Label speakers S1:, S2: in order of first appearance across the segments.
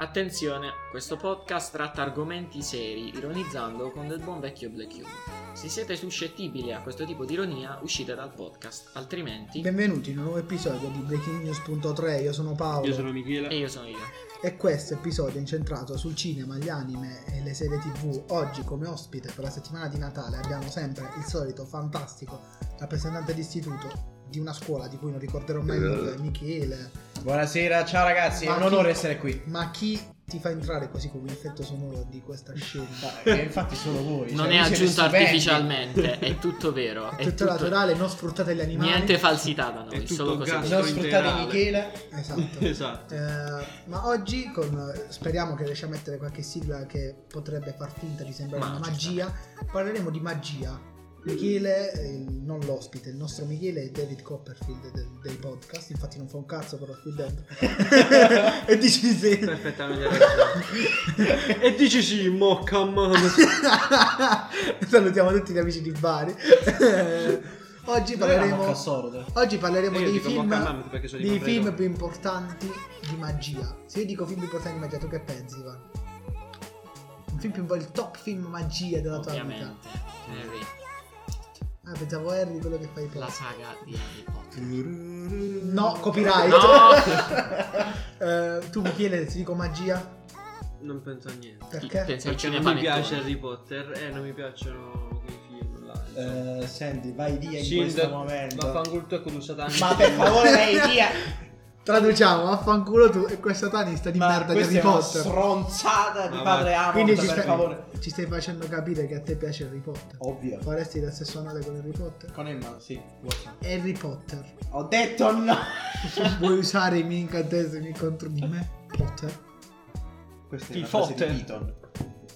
S1: Attenzione, questo podcast tratta argomenti seri, ironizzando con del buon vecchio black humor. Se siete suscettibili a questo tipo di ironia, uscite dal podcast, altrimenti...
S2: Benvenuti in un nuovo episodio di BreakingNews.3, io sono Paolo
S3: Io sono Michele.
S1: E io sono io.
S2: e questo episodio è incentrato sul cinema, gli anime e le serie tv. Oggi come ospite per la settimana di Natale abbiamo sempre il solito fantastico rappresentante d'istituto di una scuola di cui non ricorderò mai nulla, Michele.
S4: Buonasera, ciao ragazzi, è
S2: Ma
S4: un
S2: chi-
S4: onore essere qui.
S2: Ma chi ti fa entrare così con l'effetto sonoro di questa scelta?
S4: Ma- e infatti sono voi.
S1: Non è
S4: cioè, voi siete
S1: aggiunto
S4: stupendi.
S1: artificialmente, è tutto vero.
S2: È
S1: È
S2: tutto
S1: tutto...
S2: naturale, non sfruttate gli animali.
S1: Niente falsità da
S3: È
S1: noi,
S3: tutto
S1: solo cose
S3: gas.
S1: vere.
S4: Non sfruttate
S3: integrale.
S4: Michele.
S2: Esatto.
S3: Esatto.
S2: Eh, ma oggi con- speriamo che riesci a mettere qualche sigla che potrebbe far finta di sembrare
S1: Ma
S2: una
S1: ci sta.
S2: magia. Parleremo di magia. Michele, eh, non l'ospite, il nostro Michele è David Copperfield del, del podcast, infatti non fa un cazzo però qui dentro. e dici di sì.
S3: Perfettamente ragione. e dici sì, mo come on.
S2: Salutiamo tutti gli amici di Bari. oggi
S4: Noi eravamo
S2: parleremo,
S4: Cassoro,
S2: oggi parleremo
S3: Io
S2: dei
S3: dico mo
S2: film...
S3: come on perché sono di
S2: dei
S3: Manfredonia.
S2: film più importanti di magia. Se io dico film più importanti di magia, tu che pensi, Ivan? Un film più impor- il top film magia della tua vita.
S1: Ovviamente. Harry,
S2: Ah, pensavo Harry quello che fai tu.
S1: la saga di Harry Potter.
S2: No, copyright.
S1: No!
S2: Eh, tu Michele, ti dico magia?
S3: Non penso a niente.
S2: Perché?
S1: Pensa al
S3: Perché non
S1: cinema
S3: mi piace
S1: nettone.
S3: Harry Potter e non mi piacciono quei film là. insomma.
S4: Eh, senti, vai via in
S3: Shin-
S4: questo momento.
S3: Ma fangul tu è con un satanico.
S4: Ma per favore, vai via.
S2: Traduciamo, affanculo tu e quel satanista di
S4: Ma
S2: merda di
S4: questa
S2: Harry
S4: è una
S2: Potter.
S4: stronzata di
S3: Ma
S4: padre
S3: va.
S4: Amon,
S2: Quindi ci
S4: per favore.
S2: stai, ci stai facendo capire che a te piace Harry Potter.
S4: Ovvio.
S2: Faresti la stessa nota con Harry Potter?
S4: Con Emma, sì.
S2: Harry Potter.
S4: Ho detto no.
S2: Vuoi usare i miei incantesimi contro di me? Potter.
S4: Questa
S3: Ti
S4: è una frase di
S3: fotte.
S4: Keaton.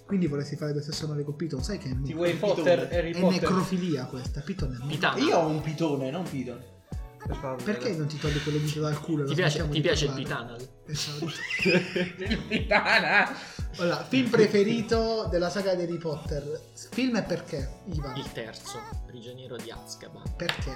S2: Quindi vorresti fare questo stesso nome con Piton, sai che è,
S3: Ti
S2: ne-
S3: vuoi Potter e Harry
S2: è
S3: Potter?
S2: necrofilia questa, Piton è
S1: Pitana.
S4: Io ho un pitone, non Piton.
S3: Per favore.
S2: Perché non ti togli quello dito dal culo? e
S1: Ti
S2: lo
S1: piace,
S2: smettiamo
S1: ti
S2: di
S1: piace il
S2: parlare?
S1: Pitanal?
S2: Esatto.
S4: Il pitana.
S2: Allora, film preferito della saga di Harry Potter. Film e perché, Ivan?
S1: Il terzo, Prigioniero di Azkaban.
S2: Perché?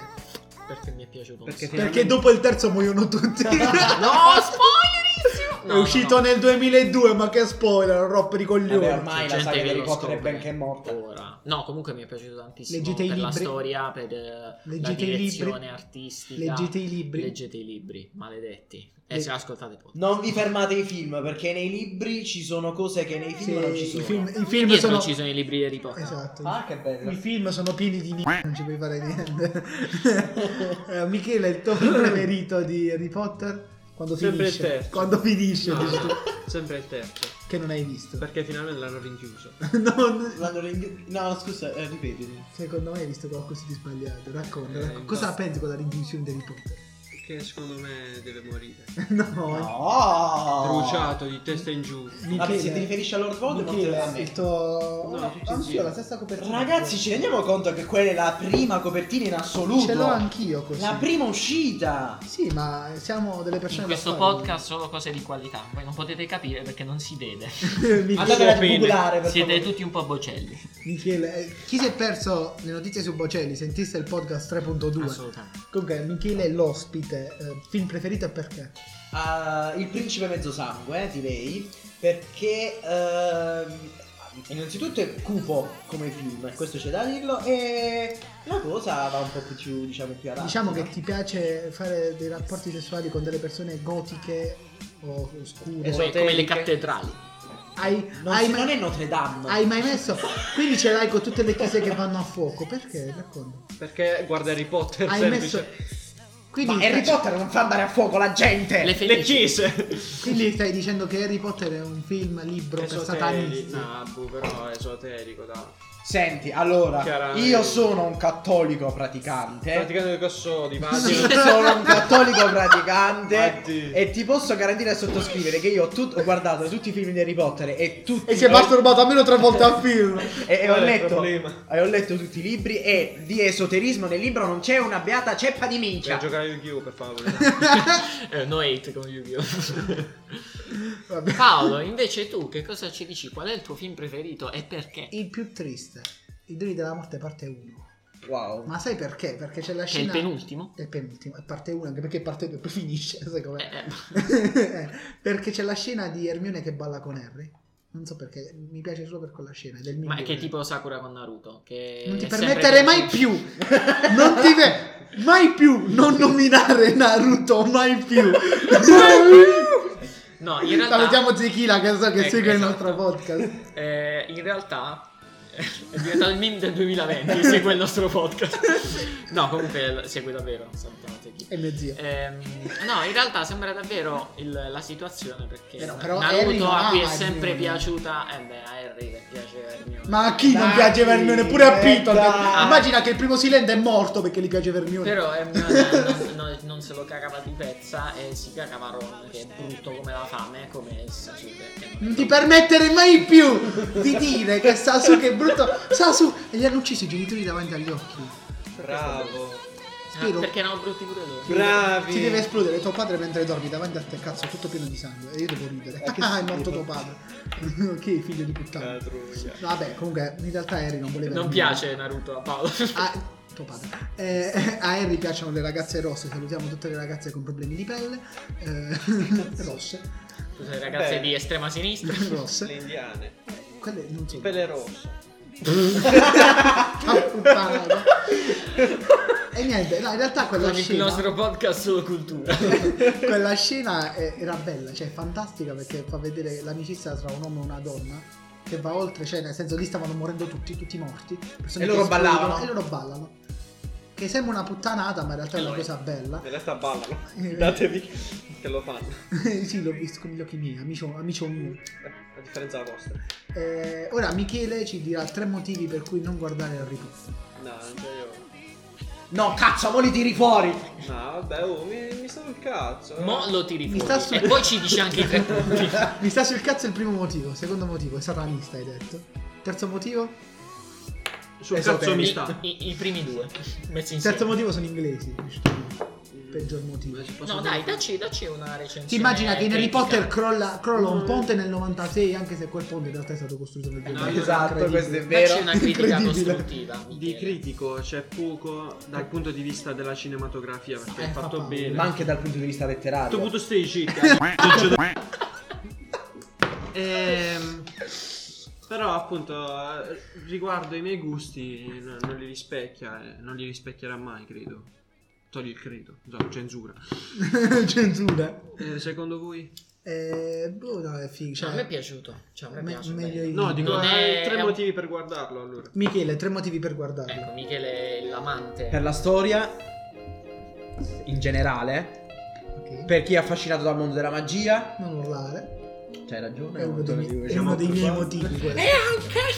S1: Perché mi è piaciuto un
S3: Perché
S1: sacco.
S2: Perché dopo il terzo muoiono tutti.
S1: No, spoilerissimo!
S2: è uscito nel 2002, ma che spoiler, roppe di coglioni.
S4: Vabbè, ormai-
S1: C'è
S4: la
S1: gente
S4: saga di
S1: che
S4: Harry
S1: lo
S4: Potter è
S1: scopre
S4: benché morta.
S1: Ora. No, comunque mi è piaciuto tantissimo
S2: Leggete i
S1: per la
S2: libri.
S1: storia, per eh, la
S2: Leggete i
S1: direzione
S2: libri.
S1: artistica.
S2: Leggete i libri.
S1: Leggete i libri, maledetti. E
S2: Le-
S1: se ascoltate i podcast.
S4: Non vi fermate ai film perché nei libri ci sono cose che nei
S2: Sì,
S4: film non ci
S2: i
S4: sono.
S2: film, i film
S1: Perché
S2: sono...
S1: non ci sono i libri di Harry Potter?
S2: Esatto.
S4: Ah, che bello.
S2: I film sono pieni di n***a, non ci puoi fare niente. Eh, Michele, il tuo film preferito di Harry Potter? Quando
S3: Sempre il
S2: finisce?
S3: terzo.
S2: Quando finisce?
S5: Ah.
S3: No,
S2: dici tu,
S3: sempre il terzo.
S2: che non hai visto.
S3: Perché finalmente l'hanno rinchiuso.
S2: Non-
S4: L'hanno rinchiuso. No, scusa, eh, ripetimi.
S2: Secondo me hai visto qualcosa di sbagliato. Racconta,
S3: Eh,
S2: racconta. cosa
S3: basta.
S2: pensi con la rinchiusione di Harry Potter?
S3: Che secondo me deve morire.
S2: No, eh.
S4: No!
S3: Bruciato di testa in giù.
S4: Oh. Vabbè, se ti riferisci a Lord Voldemort,
S2: Michele,
S4: è a me.
S2: il tuo...
S3: No, tutti
S2: anch'io ho la
S3: insieme.
S2: stessa copertina.
S4: Ragazzi, ci rendiamo conto che quella è la prima copertina in assoluto.
S2: Ce l'ho anch'io così.
S4: La prima uscita.
S2: Sì, ma siamo delle persone
S1: In questo
S2: da fare.
S1: podcast solo cose di qualità, voi non potete capire perché non si vede.
S2: Michele-
S4: Andatela a
S3: bene.
S4: googlare per
S1: Siete
S4: favore.
S1: tutti un po' bocelli.
S2: Michele, eh, chi si è perso le notizie su Bocelli? Sentiste il podcast 3.2?
S1: Assolutamente.
S2: Comunque, Michele è l'ospite. eh, film preferito e perché?
S4: Ah, il principe mezzosangue, eh, direi, perché ehm, innanzitutto è cupo come film, questo c'è da dirlo, e la cosa va un po' più, diciamo, più avanti.
S2: Diciamo
S4: no?
S2: che ti piace fare dei rapporti sessuali con delle persone gotiche o oscure.
S4: Esatto.
S1: Come, come le cattedrali.
S2: Hai,
S4: non,
S2: hai
S4: si-
S2: mai-
S4: non è Notre Dame.
S2: hai mai messo? Quindi ce l'hai con tutte le chiese che vanno a fuoco. Perché? Racconta.
S3: Perché guarda Harry Potter
S2: Hai
S3: semplice.
S2: messo. Quindi,
S4: Ma Harry
S2: stai-
S4: Potter non fa andare a fuoco la
S2: Eh,
S4: gente.
S1: Le
S3: Le
S1: felici.
S3: chiese.
S2: quindi stai dicendo che Harry Potter è un film, libro per
S3: Esoteri-
S2: satanisti.
S3: no, boh, però esoterico, dai.
S4: Senti, allora,
S3: Chiaramente.
S4: io sono un cattolico praticante.
S3: Praticando il cosso di
S4: Sì,
S3: Vadio.
S4: sono un cattolico praticante
S3: Infatti.
S4: e ti posso garantire e sottoscrivere che io ho, tut- ho guardato tutti i film di Harry Potter e tutti
S2: E si è masturbato almeno tre volte al film.
S4: e, e ho
S3: Qual è il
S4: letto,
S3: problema?
S4: e ho letto tutti i libri e di esoterismo nel libro non c'è una beata ceppa di
S3: Per
S4: mincia.
S3: giocare a Yu-Gi-Oh, per favore.
S1: Eh, no hate con Yu-Gi-Oh!
S2: Vabbè.
S1: Paolo, invece tu che cosa ci dici? Qual è il tuo film preferito e perché?
S2: Il più triste, I Duri della Morte parte 1.
S4: Wow.
S2: Ma sai perché? Perché c'è la
S1: Che è il
S2: scena.
S1: penultimo.
S2: È il penultimo, è parte 1, anche perché parte 2 poi finisce, sai com'è?
S1: Eh, eh.
S2: Eh, perché c'è la scena di Hermione che balla con Harry. Non so perché, mi piace solo per quella scena. È del
S1: Ma
S2: migliore.
S1: è che è tipo Sakura con Naruto. Che
S2: Non ti
S1: è sempre
S2: permettere mai
S1: così.
S2: più! Non ti ve- mai più! Non nominare Naruto, mai più!
S1: No, in realtà.
S2: Salutiamo Zekila che so che
S1: Ecco, esatto.
S2: segue il nostro podcast.
S1: Eh, in realtà eh, è diventato il meme del 2020, segue il nostro podcast. No, comunque l- segue davvero, salutiamate chi.
S2: E mio zio.
S1: Ehm, no, in realtà sembra davvero il- la situazione perché
S2: Però- però Harry
S1: Naruto
S2: non
S1: a cui è
S2: ama
S1: sempre
S2: Hermione.
S1: piaciuta, eh beh, a Harry che piace Hermione.
S2: Ma a chi non
S4: Dai,
S2: piace Vermione? Pure a
S4: eh,
S2: Piton.
S4: dai.
S2: Immagina che il primo Silente è morto perché gli piace Vermione.
S1: Però Hermione non, non- non se lo cagava di pezza e si cagava Ron, che è brutto come la fame, come Sasuke. che non è
S2: Non ti permettere mai più di dire che Sasuke è brutto. Sasuke e gli hanno ucciso i genitori davanti agli occhi.
S3: Bravo.
S1: brutto. Ah,
S2: Spero.
S1: perché erano brutti pure loro.
S3: Bravi.
S2: Ti deve esplodere tuo padre mentre dormi davanti a te, cazzo, tutto pieno di sangue. E io devo ridere.
S3: Ah, che
S2: Ah, è morto
S3: schifo.
S2: tuo padre. ok, figlio di puttana.
S3: Ah, troia.
S2: Vabbè, comunque, in realtà Harry non voleva.
S1: Non
S2: Hermione.
S1: piace Naruto a Paolo.
S2: A, Ah, tuo padre. Eh, a Harry piacciono le ragazze rosse. Salutiamo tutte le ragazze con problemi di pelle. Eh, rosse.
S1: Scusa, le ragazze
S3: Beh.
S1: di estrema sinistra.
S3: Le
S2: Rosse.
S3: indiane.
S2: Quelle non sono.
S3: Pelle rossa.
S2: Ah, puttana. e niente, no, in realtà quella
S1: Con il
S2: scena.
S1: nostro podcast sulla cultura.
S2: quella scena eh, era bella, cioè fantastica perché fa vedere l'amicizia tra un uomo e una donna che va oltre, cioè nel senso lì stavano morendo tutti, tutti morti. persone
S4: E
S2: che
S4: loro
S2: esplodono,
S4: ballavano.
S2: E loro ballano. Che sembra una puttanata, ma in realtà è una
S1: Allora.
S2: cosa bella.
S3: In realtà ballano. Datevi che lo fanno.
S2: sì, l'ho visto con gli occhi miei, amico, amico mio.
S3: Eh, A differenza della vostra.
S2: Eh, ora Michele ci dirà tre motivi per cui non guardare Harry Potter.
S3: No, non c'è io.
S4: No, cazzo, mo li tiri fuori.
S3: No, vabbè, oh, mi, mi sta sul cazzo.
S1: Mo lo tiri
S2: Mi
S1: fuori.
S2: sta su-
S1: E poi ci dice anche i tre punti.
S2: Mi sta sul cazzo il primo motivo, secondo motivo è satanista hai detto. Terzo motivo?
S3: Sul
S2: Esatto,
S3: cazzo mi
S1: I,
S3: sta.
S1: i- i primi due. Messi insieme.
S2: Terzo motivo sono inglesi. Peggior motivo.
S1: No, dai, dacci, dacci una recensione.
S2: Si immagina che in Harry
S1: critica.
S2: Potter crolla, crolla un ponte nel 96, anche se quel ponte in realtà è stato costruito
S1: Eh,
S2: nel 2000.
S4: esatto, questo è
S1: Dacci
S4: vero.
S1: una critica
S2: Incredibile.
S1: costruttiva.
S5: Di
S1: Michele.
S5: critico c'è poco dal punto di vista della cinematografia perché
S2: Eh,
S5: è
S2: fa
S5: fatto
S2: paura.
S5: bene.
S4: Ma anche dal punto di vista
S5: Tutto
S4: letterario.
S5: punto stai città. Ehm, però appunto eh, riguardo i miei gusti n- non li rispecchia, eh, non li rispecchierà mai, credo. Togli il credo, no, censura.
S2: Censura.
S5: Eh, secondo voi?
S2: Eh, boh, no, è figo.
S1: Cioè,
S2: Cioè,
S1: a me è piaciuto. Cioè, a me
S2: me-
S1: piace.
S2: meglio
S1: bello.
S2: io.
S5: No, dico
S1: Non
S5: eh,
S1: è-
S5: tre
S1: è un-
S5: motivi per guardarlo allora.
S2: Michele, tre motivi per guardarlo.
S1: Ecco, Michele è l'amante.
S4: Per la storia, in generale,
S1: Eh.
S2: Ok.
S4: per chi è affascinato dal mondo della magia,
S2: Non urlare.
S4: c'hai ragione.
S2: È uno dei, miei- è
S5: diciamo
S4: siamo
S2: uno diciamo dei miei
S4: occupati.
S2: motivi. quello.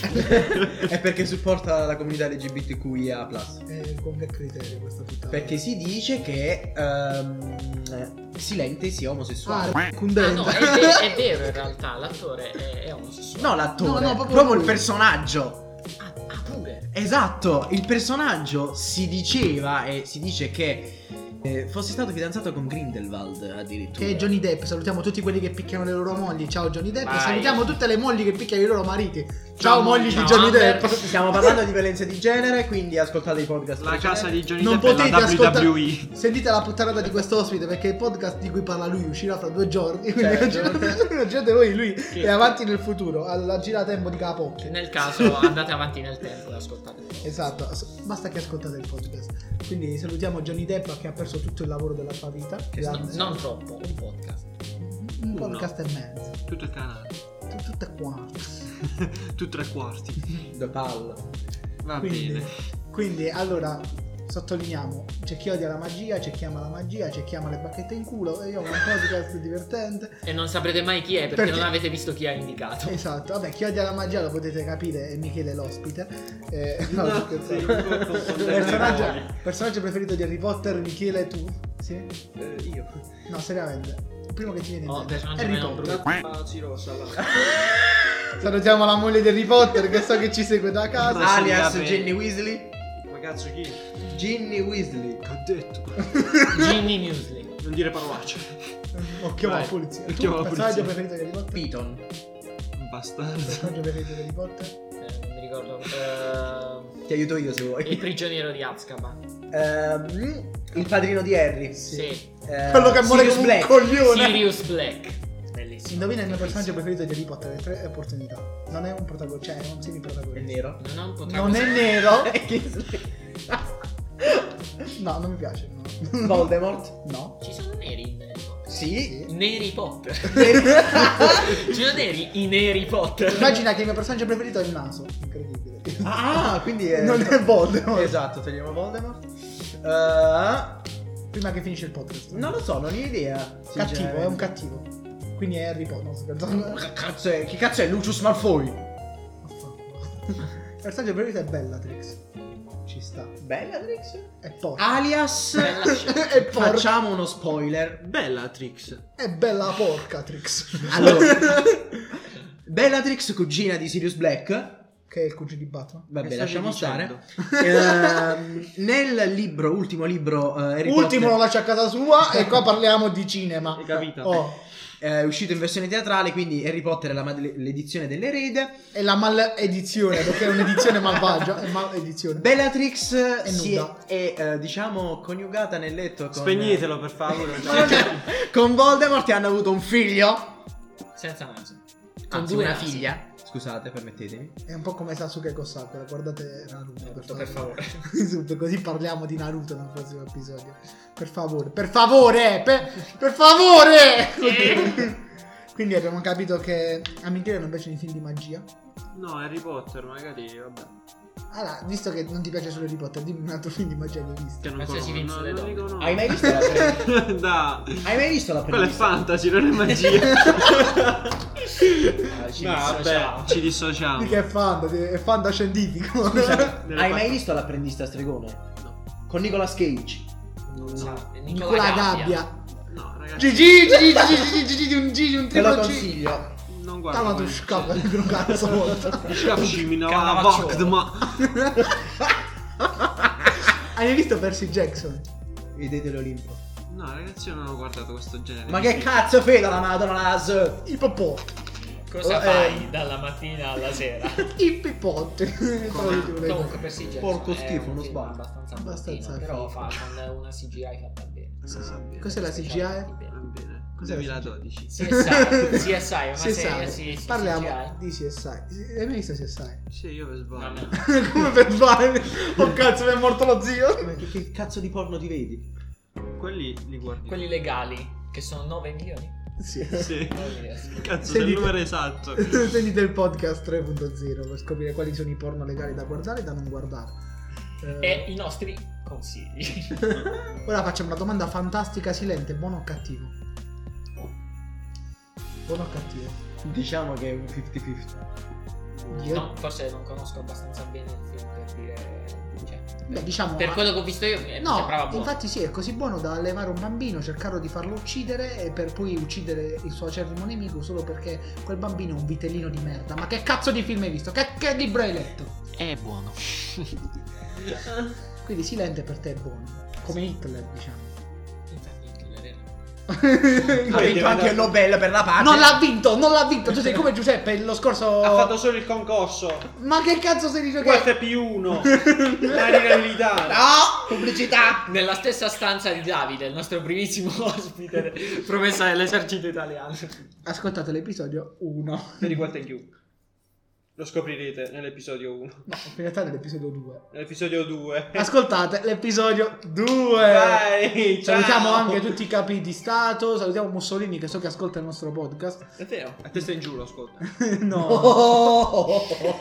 S1: Eh?
S4: È perché supporta la comunità LGBTQIA.
S2: Eh, con che criterio questa puttana?
S4: Perché si dice che ehm, Silente sia omosessuale.
S2: Ah,
S1: Ah,
S2: cundenta.
S1: no, è, ve- è vero in realtà, l'attore è, è omosessuale.
S4: No, l'attore,
S2: No, no, proprio
S4: proprio,
S2: lui.
S4: il personaggio.
S1: Ah, ah, pure.
S4: Esatto, il personaggio si diceva e si dice che eh, fosse stato fidanzato con Grindelwald addirittura.
S2: Che è Johnny Depp, salutiamo tutti quelli che picchiano le loro mogli. Ciao Johnny Depp.
S1: Vai.
S2: E salutiamo tutte le mogli che picchiano i loro mariti. Ciao,
S1: Ciao,
S2: mogli
S1: ciao,
S2: di Johnny
S1: Amber.
S2: Depp.
S4: Stiamo parlando di violenza di genere, quindi ascoltate i podcast.
S5: La casa di Johnny
S2: Cioè, Non
S5: Depp è
S2: potete
S5: la
S2: ascoltare.
S5: WWE.
S2: Sentite la puttanata di questo ospite perché il podcast di cui parla lui uscirà fra due giorni. Quindi
S4: Certo.
S2: immaginate voi, lui è avanti nel futuro, alla giratempo di Capocchi.
S1: Nel caso andate avanti nel tempo e ascoltate.
S2: Esatto, as- basta che ascoltate il podcast. Quindi salutiamo Johnny Depp che ha perso tutto il lavoro della sua vita.
S1: No,
S2: Grazie.
S1: non troppo, un podcast.
S2: Un
S5: Uno.
S2: podcast e mezzo.
S5: Tutto il canale.
S2: Tut- Tutto è qua.
S5: Tutti tre quarti.
S4: The Pal.
S5: Va
S2: Quindi,
S5: bene.
S2: quindi, allora sottolineiamo c'è chi odia la magia, c'è chi ama la magia, c'è chi ama le bacchette in culo e io ho un podcast divertente.
S1: E non saprete mai chi è perché,
S2: Perché-
S1: non avete visto chi ha indicato.
S2: Esatto, vabbè, chi odia la magia lo potete capire, è Michele l'ospite. Eh, no,
S5: No,
S2: scherzavo.
S5: sì, un po' confondente.
S2: personaggio, personaggio preferito di Harry Potter, Michele, tu? Sì?
S3: Eh, io.
S2: No, seriamente. Il primo che ti viene in
S1: Oh,
S2: mente.
S1: personaggio
S2: Harry
S1: meno
S2: Potter.
S1: brutto.
S5: Cazzi rossa là.
S2: Salutiamo la moglie di Harry Potter che so che ci segue da casa.
S5: Ah,
S4: Alias
S5: sì, vabbè.
S4: Ginny Weasley.
S5: Ma cazzo chi?
S4: Ginny Weasley.
S5: Che ho detto?
S1: Ginny Musley.
S5: Non dire parolacce.
S2: Occhio alla
S5: Vai.
S2: Oh, polizia. Tu,
S5: Occhio alla
S2: personaggio
S5: polizia.
S2: preferito di Harry Potter?
S4: Piton.
S5: Bastardo.
S2: Personaggio preferito di Harry Potter?
S1: Eh, non mi ricordo. eh,
S4: Ti aiuto io se vuoi.
S1: Il prigioniero di Azkaban.
S4: Ehm, il padrino di Harry.
S1: Sì.
S4: Eh,
S2: Quello che muore
S4: Sirius
S2: come un
S4: Black.
S2: coglione.
S1: Sirius Black. Bellissimo.
S2: Indovina il mio personaggio
S1: Bellissimo.
S2: preferito di Harry Potter, le tre opportunità. Non è un protagonista, cioè è un
S4: È
S2: semi-protagonista.
S4: nero.
S1: Non ho un
S2: Non è
S1: protagonista.
S2: nero.
S4: Che-
S2: No, non mi piace. No.
S4: Voldemort.
S2: No.
S1: Ci sono neri in Harry Potter.
S4: Sì.
S1: Neri Potter. Ci sono neri in Harry Potter.
S2: Immagina che il mio personaggio preferito è il naso. Incredibile.
S4: Ah, quindi è...
S2: Non è Voldemort.
S4: Esatto, togliamo Voldemort. Eh,
S2: Prima che finisce il podcast.
S4: non lo Cioè, so, non ho idea.
S2: Cattivo, è un
S4: sinceramente.
S2: cattivo. Quindi è Harry Potter. No, scherzo.
S4: Che cazzo è? Che cazzo è? Lucius Malfoy.
S2: Il personaggio preferito è Bellatrix. Ci sta.
S4: Bellatrix?
S2: È
S4: Ah.
S2: porca.
S4: Alias.
S1: Bella scelta.
S2: è porca.
S4: Facciamo uno spoiler.
S5: Bella Trix.
S2: È bella porcatrix.
S4: Allora. Bellatrix, cugina di Sirius Black.
S2: Che è il cugino di Batman.
S4: Vabbè,
S5: Che
S4: lasciamo
S5: stavi
S4: stare. Ehm, nel libro, ultimo libro, eh, Harry
S2: Ultimo lo
S4: Potter,
S2: lascia a casa sua e qua parliamo di cinema.
S5: Hai capito?
S2: Oh,
S4: eh, uscito in versione teatrale, quindi Harry Potter è la mad- l'edizione dell'erede.
S2: è la maledizione, perché è un'edizione malvagia. È maledizione.
S4: Bellatrix
S2: È
S4: si è,
S2: nuda.
S4: è, eh, diciamo, coniugata nel letto con...
S5: Spegnetelo per favore.
S4: Ma non è- Con Voldemort e hanno avuto un figlio.
S1: Senza naso. Con
S4: Anzi,
S1: due
S4: una
S1: nasi.
S4: figlia. Scusate, permettetemi.
S2: È un po' come Sasuke con Sakura. Guardate Naruto, per,
S1: Per favore.
S2: Esatto, così parliamo di Naruto nel prossimo episodio. Per favore, per favore, per, per favore! Quindi abbiamo capito che a mentire non piacciono i film di magia.
S5: No, Harry Potter, magari, vabbè.
S2: Allora, visto che non ti piace solo Harry Potter, dimmi un altro film di magia che hai visto.
S5: Che non
S1: Qualsiasi
S5: conosco.
S1: film
S5: No,
S1: sulle
S5: non
S1: donne.
S5: dico no.
S4: Hai mai visto la prima?
S5: da.
S4: Hai mai visto la
S5: Quella è
S4: prima?
S5: fantasy, non è magia.
S2: Ah,
S4: ci
S5: no, vabbè, ci dissociamo.
S2: Di che è fan, è fan da scientifico.
S5: Nelle fa-
S4: Hai mai visto l'apprendista stregone? Con Nicolas Cage.
S1: Non so.
S2: Nicola Gabbia.
S5: No, ragazzi,
S2: Gigi, Gigi, Gigi, Gigi, Gigi, un Gigi, un
S4: Te lo
S2: triplo G.
S4: consiglio.
S5: non guardo.
S2: Tama tu
S5: quelli.
S2: scappa di un cazzo volta.
S5: Scapcimino,
S1: Cannavacciolo.
S5: Vogt, ma.
S2: Hai mai visto Percy Jackson?
S4: Vedete l'Olimpo.
S5: No, ragazzi, io non ho guardato questo genere.
S4: Ma
S5: di
S4: che
S5: film.
S4: cazzo fede la madonna las?
S2: I popò,
S1: Cosa
S4: Oh,
S1: fai dalla mattina alla sera?
S2: i pipotti.
S1: Comunque per CGI
S4: Porco
S1: insomma, è
S4: schifo,
S1: un
S4: uno
S1: film
S4: sbaglio.
S1: Abbastanza
S2: Abbastanza
S1: bruttino, però
S2: figo.
S1: fa con una CGI fatta bene.
S5: Sì, sì, bene.
S2: Cos'è la CGI?
S5: Va
S1: CSI,
S5: bene.
S2: Cos'è?
S5: 2012.
S1: CSI è una serie sì, sì,
S2: Parliamo
S1: CGI.
S2: di CSI. Hai mai visto CSI?
S5: Sì, io per sbaglio.
S1: No,
S2: Come per sbaglio? Oh cazzo, mi è morto lo zio.
S4: Ma che, che cazzo di porno ti vedi?
S5: Quelli li guardi.
S1: Quelli legali, che sono 9 milioni.
S2: Sì.
S5: Sì.
S1: Non mi riesco.
S5: Cazzo,
S2: Sentite-
S5: del numero esatto.
S2: Sentite il podcast 3.0 per scoprire quali sono i porno legali da guardare e da non guardare. Eh,
S1: E i nostri consigli.
S2: Ora facciamo una domanda fantastica silente, buono o cattivo? Buono o cattivo?
S4: Diciamo che è un 50-50.
S2: Io-
S1: No, forse non conosco abbastanza bene il film per dire. Cioè,
S2: Beh, diciamo
S1: per quello che ho visto io, eh, mi
S2: No,
S1: sembrava buono.
S2: infatti sì, è così buono da allevare un bambino, cercarlo di farlo uccidere e per poi uccidere il suo acerrimo nemico solo perché quel bambino è un vitellino di merda. Ma che cazzo di film hai visto? Che, che libro hai letto?
S1: È buono.
S2: Quindi Silente per te è buono, come Hitler diciamo.
S1: Infatti, Hitler era-
S4: Ha vinto anche il Nobel per la pace.
S2: Non l'ha vinto, non l'ha vinto, tu sei come Giuseppe lo scorso...
S5: Ha fatto solo il concorso.
S2: Ma che cazzo sei di giocare?
S5: UFP1. La regalità.
S4: No! Pubblicità!
S1: Nella stessa stanza di Davide, il nostro primissimo ospite, promessa dell'esercito italiano.
S2: Ascoltate l'episodio 1.
S5: Vedi quanto è chiù. Lo scoprirete nell'episodio 1.
S2: No, in realtà è l'episodio 2.
S5: Nell'episodio 2.
S2: Ascoltate l'episodio 2.
S5: Vai, ciao.
S2: Salutiamo anche tutti i capi di Stato, salutiamo Mussolini che so che ascolta il nostro podcast.
S5: È vero. A testa in giù lo ascolta.
S2: no.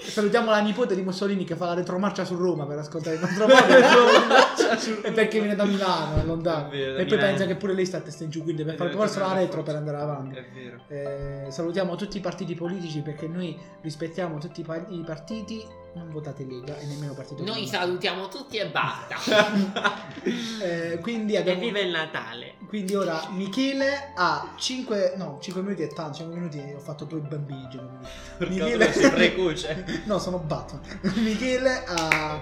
S2: Salutiamo la nipote di Mussolini che fa la retromarcia su Roma per ascoltare il nostro podcast. e perché viene da Milano, è lontano.
S5: È vero, da
S2: e poi
S5: Milano. Eh,
S2: pensa che pure lei sta a testa in giù, quindi per fare verso la retro per andare avanti.
S5: È vero.
S2: Eh, salutiamo tutti i partiti politici perché noi rispettiamo tutti i, pa- i partiti. Non votate Lega e nemmeno Partito
S1: Noi
S2: Comunista.
S1: salutiamo tutti e basta.
S2: Eh, quindi
S1: e
S2: abbiamo
S1: vive il Natale.
S2: Quindi ora Michele ha 5, no, 5 minuti e tanto, 5 minuti ho fatto due bambini. cinque minuti.
S5: Perché sei precoce.
S2: cioè, No, sono Batman. Michele ha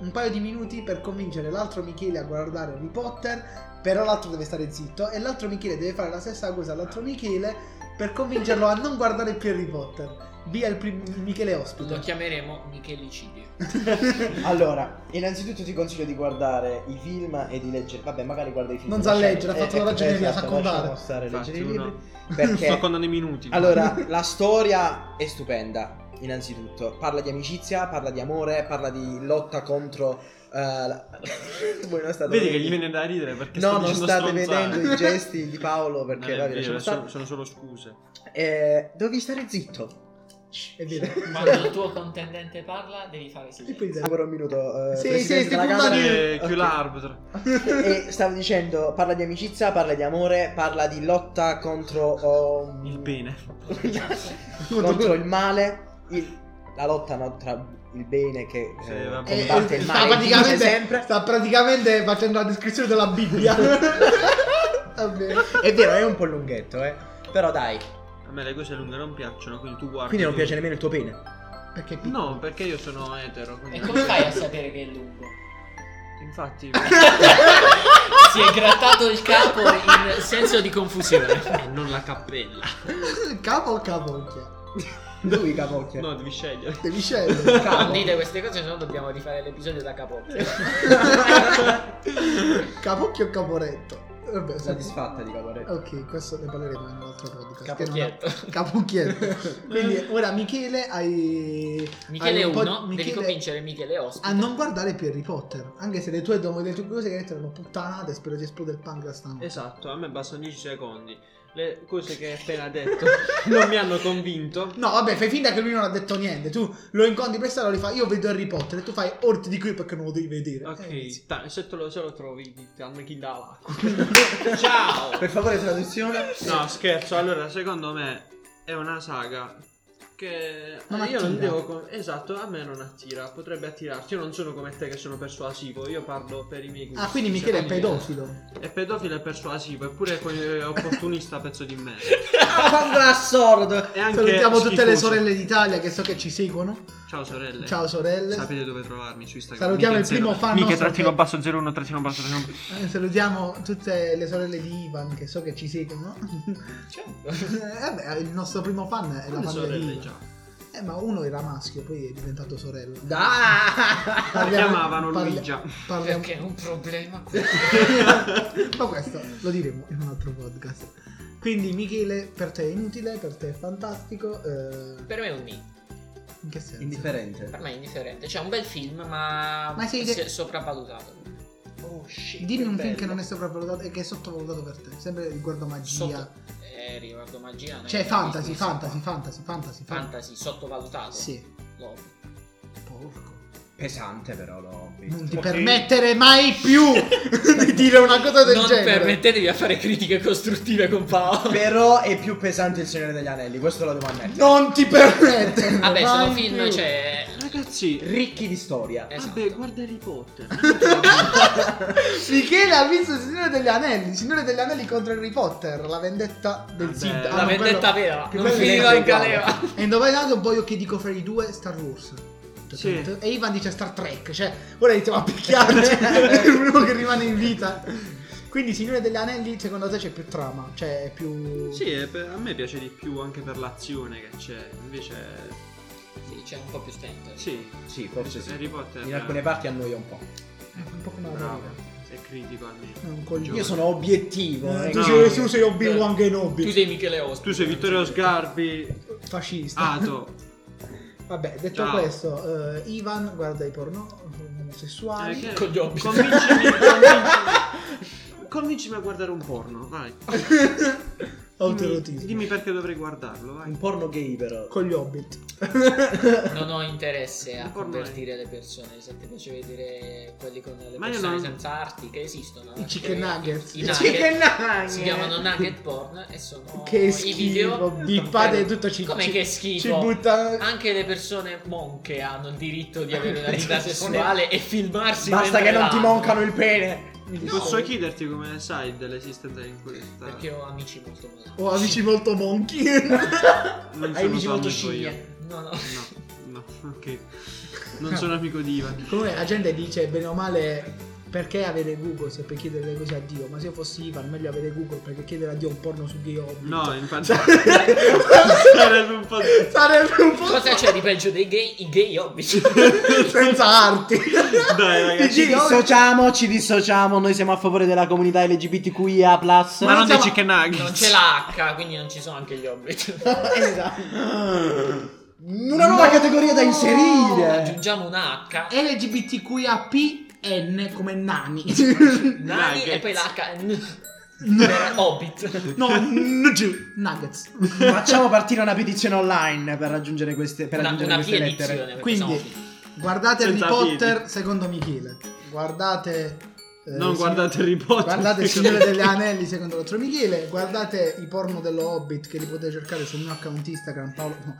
S2: un paio di minuti per convincere l'altro Michele a guardare Harry Potter, però l'altro deve stare zitto e l'altro Michele deve fare la stessa cosa all'altro Michele per convincerlo a non guardare più Harry Potter. Via il, prim- il Michele
S1: Lo
S2: Ospite.
S1: chiameremo Michelicidio.
S4: Allora, innanzitutto ti consiglio di guardare i film e di leggere. Vabbè, magari guarda i film.
S2: Non sa
S4: lascia- eh,
S2: leggere, ha fatto la ragioneria, sa contare.
S4: lasciamo stare
S5: Infatti,
S4: leggere i
S5: uno-
S4: libri. Perché-
S5: Sto contando i minuti.
S4: Allora, la storia è stupenda, innanzitutto. Parla di amicizia, parla di amore, parla di lotta contro. eh, la- Voi non state
S5: Vedi che
S4: vedendo-
S5: gli viene da ridere perché
S4: No,
S5: sto
S4: non
S5: dicendo
S4: state
S5: stronzate.
S4: vedendo i gesti di Paolo perché
S5: Non è
S4: vabbè,
S5: vero,
S4: lasciamo
S5: sono,
S4: stare.
S5: sono solo scuse.
S4: Eh, devi stare zitto.
S2: E via.
S1: Quando il tuo contendente parla, devi fare
S2: E
S1: silenzio.
S2: poi dai.
S4: Ancora un minuto. eh,
S2: Sì,
S4: Presidente
S2: sì,
S4: della
S2: tipo
S4: Camera.
S2: una-
S5: Eh,
S4: Ok.
S5: Chiù l'arbitro.
S4: e stavo dicendo, parla di amicizia, parla di amore, parla di lotta contro um,
S5: Il bene.
S4: contro il male, il- la lotta no, tra il bene che
S5: Sì,
S4: eh,
S5: vabbè.
S2: Eh,
S4: combatte il
S2: sta,
S4: male vince
S2: praticamente,
S4: sempre.
S2: sta praticamente facendo la descrizione della Bibbia. Vabbè.
S4: È vero, è un po' lunghetto, eh. Però dai,
S5: A me le cose lunghe non piacciono, quindi tu guardi.
S4: quindi non
S5: tu-
S4: piace nemmeno il tuo pene.
S2: Perché pi-
S5: No, perché io sono etero. quindi-
S1: E come fai a sapere che è lungo?
S5: Infatti,
S1: Si è grattato il capo in senso di confusione.
S5: eh, non la cappella.
S2: Capo o capocchia?
S4: Lui capocchia.
S5: No, devi scegliere.
S2: Devi scegliere.
S1: Non dite queste cose, se no dobbiamo rifare l'episodio da capo.
S2: Capocchia o caporetto? Vabbè,
S4: Soddisfatta di caporetto.
S2: Ok, questo ne parleremo in un altro podcast.
S1: Capucchietto.
S2: Che non ha- Capucchietto. Quindi ora Michele hai...
S1: Michele Ah,
S2: hai un po'
S1: 1,
S2: di-
S1: devi
S2: Michele-
S1: convincere Michele
S2: A
S1: Ospite.
S2: non guardare più Harry Potter, anche se le tue, dom- le tue cose che hai detto erano puttanate, spero ti esploda il pancreas stanotte.
S5: Esatto, a me bastano 10 secondi. Le cose che hai appena detto non mi hanno convinto.
S2: No, vabbè, fai finta che lui non ha detto niente. Tu lo incontri per strada e gli fai Io vedo Harry Potter e tu fai Orti di qui perché non lo devi vedere. Eh,
S5: Ok,
S2: sì.
S5: ta- se, te lo, se lo trovi, ti hanno chi dà l'acqua. Ciao!
S4: Per favore, traduzione.
S5: No, scherzo. Allora, secondo me è una saga che
S2: Non
S5: eh, io non
S2: attira.
S5: devo con- esatto, a me non attira, potrebbe attirarti. Io non sono come te che sono persuasivo, io parlo per i miei gusti.
S2: Ah, quindi Michele è
S5: secondo me.
S2: pedofilo.
S5: È pedofilo e persuasivo, eppure è opportunista, pezzo di merda.
S4: Pandra Sword.
S5: E anche
S2: Salutiamo tutte le
S5: schifoso.
S2: sorelle d'Italia che so che ci seguono.
S5: Ciao sorelle.
S2: Ciao sorelle.
S5: Sapete dove trovarmi su Instagram.
S2: Salutiamo
S5: Miche
S2: il primo
S5: zero-
S2: fan
S5: Miche
S2: nostro
S5: trattino
S2: che-
S5: basso 01 trattino basso trattino basso.
S2: Eh, Salutiamo tutte le sorelle di Ivan che so che ci seguono. Eh, vabbè, il nostro primo fan è la
S5: Quante
S2: famiglia di
S5: sorelle
S2: Ivan.
S5: già?
S2: Eh, ma uno era maschio, poi è diventato sorella.
S4: Dai.
S5: chiamavano Luigia.
S2: Parliamo,
S1: Perché è un problema.
S2: ma questo lo diremo in un altro podcast. Quindi Michele, per te è inutile, per te è fantastico. eh,
S1: Per me è un ni.
S2: in che senso?
S4: Indifferente.
S1: Per me è indifferente. C'è un bel film, ma,
S2: Ma sei
S1: si
S2: de-
S1: è sopravvalutato.
S4: Oh shit.
S2: Dimmi un film
S4: bello.
S2: che non è sopravvalutato e che è sottovalutato per te. Sempre riguardo magia.
S1: Sotto... Eh, riguardo magia. non è
S2: Cioè
S1: che
S2: fantasy,
S1: mi-
S2: fantasy, fantasy, fantasy, fantasy.
S1: Fantasy, sottovalutato.
S2: Sì.
S1: Lo-
S2: Porco.
S4: Pesante però l'ho visto.
S2: Non ti
S5: Ok.
S2: permettere mai più di dire una cosa del
S1: Non
S2: genere.
S1: permettetevi a fare critiche costruttive con Paolo.
S4: Però è più pesante il Signore degli Anelli, questo lo devo ammettere.
S2: Non ti permettere.
S1: Vabbè, sono
S2: mai
S1: film,
S2: più.
S1: cioè...
S2: Eh.
S5: Ragazzi,
S4: Ricchi di storia.
S1: esatto.
S5: vabbè, guarda Harry Potter.
S2: Michele ha visto il Signore degli Anelli. Il Signore degli Anelli contro Harry Potter. La vendetta del
S5: Vabbè,
S2: Sid.
S5: la
S2: Ah,
S1: La
S2: no,
S1: vendetta
S2: quello-
S1: vera.
S2: che
S1: Non
S2: bello
S1: finiva
S2: che
S1: in
S2: guarda.
S1: galera.
S2: E indovinato voglio che dico fra i due Star Wars.
S5: Sì.
S2: E Ivan dice Star Trek, cioè ora iniziamo a picchiarci. è il primo che rimane in vita. Quindi Signore degli Anelli, secondo te c'è più trama? Cioè è più.
S5: Sì, e per- a me piace di più anche per l'azione che c'è. Invece,
S1: Sì, c'è un po' più stento.
S5: sì,
S4: Sì, forse
S5: Harry
S4: sì.
S5: Potter
S4: In alcune parti annoia un po'.
S2: Un po' come la
S5: bravo,
S2: Marvel.
S5: è critico almeno.
S2: È un coglione.
S4: Io sono obiettivo.
S2: Eh,
S4: eh.
S2: tu,
S5: no.
S2: sei, tu sei Obi-Wan Kenobi.
S1: Tu sei Michele Ospite.
S5: Tu sei Vittorio Sgarbi,
S2: fascista.
S5: Ato.
S2: Vabbè, detto
S5: Ciao.
S2: questo, eh, Ivan guarda i porno omosessuali.
S5: Eh, che-
S1: con gli hobby.
S5: Convincimi, convincimi- convincimi a guardare un porno, vai. Dimmi,
S2: Autoerotismo.
S5: dimmi perché dovrei guardarlo, vai.
S4: Un porno gay però.
S2: Con gli hobbit.
S1: Non ho interesse a
S5: Il porno è-
S1: convertire le persone. Se ti piace vedere quelli con le
S5: Ma io
S1: persone
S5: non-
S1: senza arti che esistono.
S2: I
S1: eh,
S2: chicken
S1: che-
S2: nuggets.
S1: I
S2: I
S1: nugget.
S4: Chicken nugget.
S1: Si chiamano nugget porn e sono
S2: Che
S1: i video.
S2: schifo. Bippate tutto ci
S1: Come
S2: ci-
S1: che schifo?
S2: Ci butta.
S1: Anche le persone monche hanno il diritto di avere una vita sessuale e filmarsi.
S4: Basta
S1: mentre
S4: che non ti
S1: l'hanno.
S4: mancano il pene.
S5: Posso chiederti come sai dell'esistenza di questa?
S1: Perché ho amici molto malati.
S2: "Oh, Ho amici molto monchi.
S5: non
S4: Hai amici
S5: tuo amico
S4: molto
S5: io.
S4: scimmie.
S1: No, no.
S5: No, no, ok. Non sono amico di Ivan.
S2: Comunque la gente dice bene o male Perché avere Google se per chiedere le cose a Dio? Ma se io fossi Ivan, meglio avere Google perché chiedere a Dio un porno su gay hobby.
S5: No, infatti sarebbe un po'.
S2: Sarebbe un po'
S1: Cosa c'è di peggio dei gay? I gay hobby.
S2: senza arti.
S5: Dai, ragazzi.
S4: Ci dissociamo, ci dissociamo. Noi siamo a favore della comunità LGBTQIA.
S5: Ma non
S2: siamo-
S5: dici che nuggets.
S1: Non c'è l'H, quindi non ci sono anche gli hobby.
S4: Esatto. Una nuova categoria da inserire.
S1: Aggiungiamo un H.
S2: LGBTQIAPN come nani.
S1: Nani
S5: Nuggets.
S1: e poi l'H. N- per Hobbit.
S2: no, n- gi- nuggets.
S4: Facciamo partire una petizione online per raggiungere queste, per
S1: Una,
S4: raggiungere
S1: una
S4: queste
S1: via
S4: lettere.
S1: edizione.
S2: Quindi, Guardate Harry
S5: Senza
S2: Potter secondo Michele. Guardate... eh,
S5: Non
S2: sì-
S5: guardate Harry Potter.
S2: Guardate il Signore degli Anelli secondo l'altro Michele, guardate i porno dello Hobbit che li potete cercare sul mio account Instagram Paolo. no.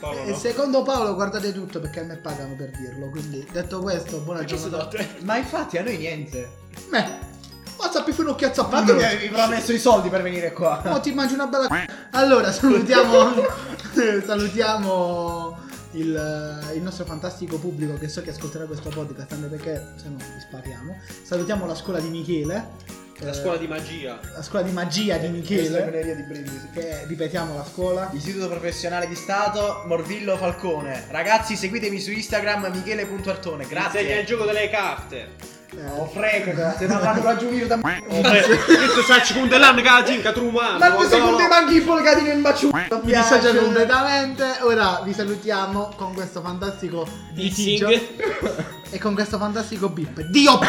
S5: Paolo
S2: e
S5: no.
S2: secondo Paolo guardate tutto perché a me pagano per dirlo, quindi detto questo, buona giornata.
S4: Esatto. Ma infatti a noi niente.
S2: Beh, ma sappi fino un chiazzo a
S4: Ma tu mi
S2: pagare.
S4: avevi promesso i soldi per venire qua.
S2: Oh, ti mangi una bella c***a. Allora, salutiamo. salutiamo il, il nostro fantastico pubblico che so che ascolterà questo podcast, anche perché se no vi spariamo. Salutiamo la scuola di Michele. eh,
S5: magia.
S2: la scuola di magia di
S4: Questa è
S2: Michele.
S4: veneria di brindisi.
S2: Che ripetiamo la scuola.
S4: Istituto professionale di Stato Morvillo Falcone. Ragazzi, seguitemi su Instagram michele.artone. Grazie.
S5: gioco delle carte.
S4: Oh,
S2: Eh,
S4: frego, stai parlando da giugno da
S5: Eh, Oh, Questo sa ci conta l'anno che la cinca trumano.
S4: Ma tu sei con te manchi il polgatino in baciù.
S2: mi dissocio completamente. Ora vi salutiamo con questo fantastico
S1: Dissing.
S2: litigio e con questo fantastico bip. Dio!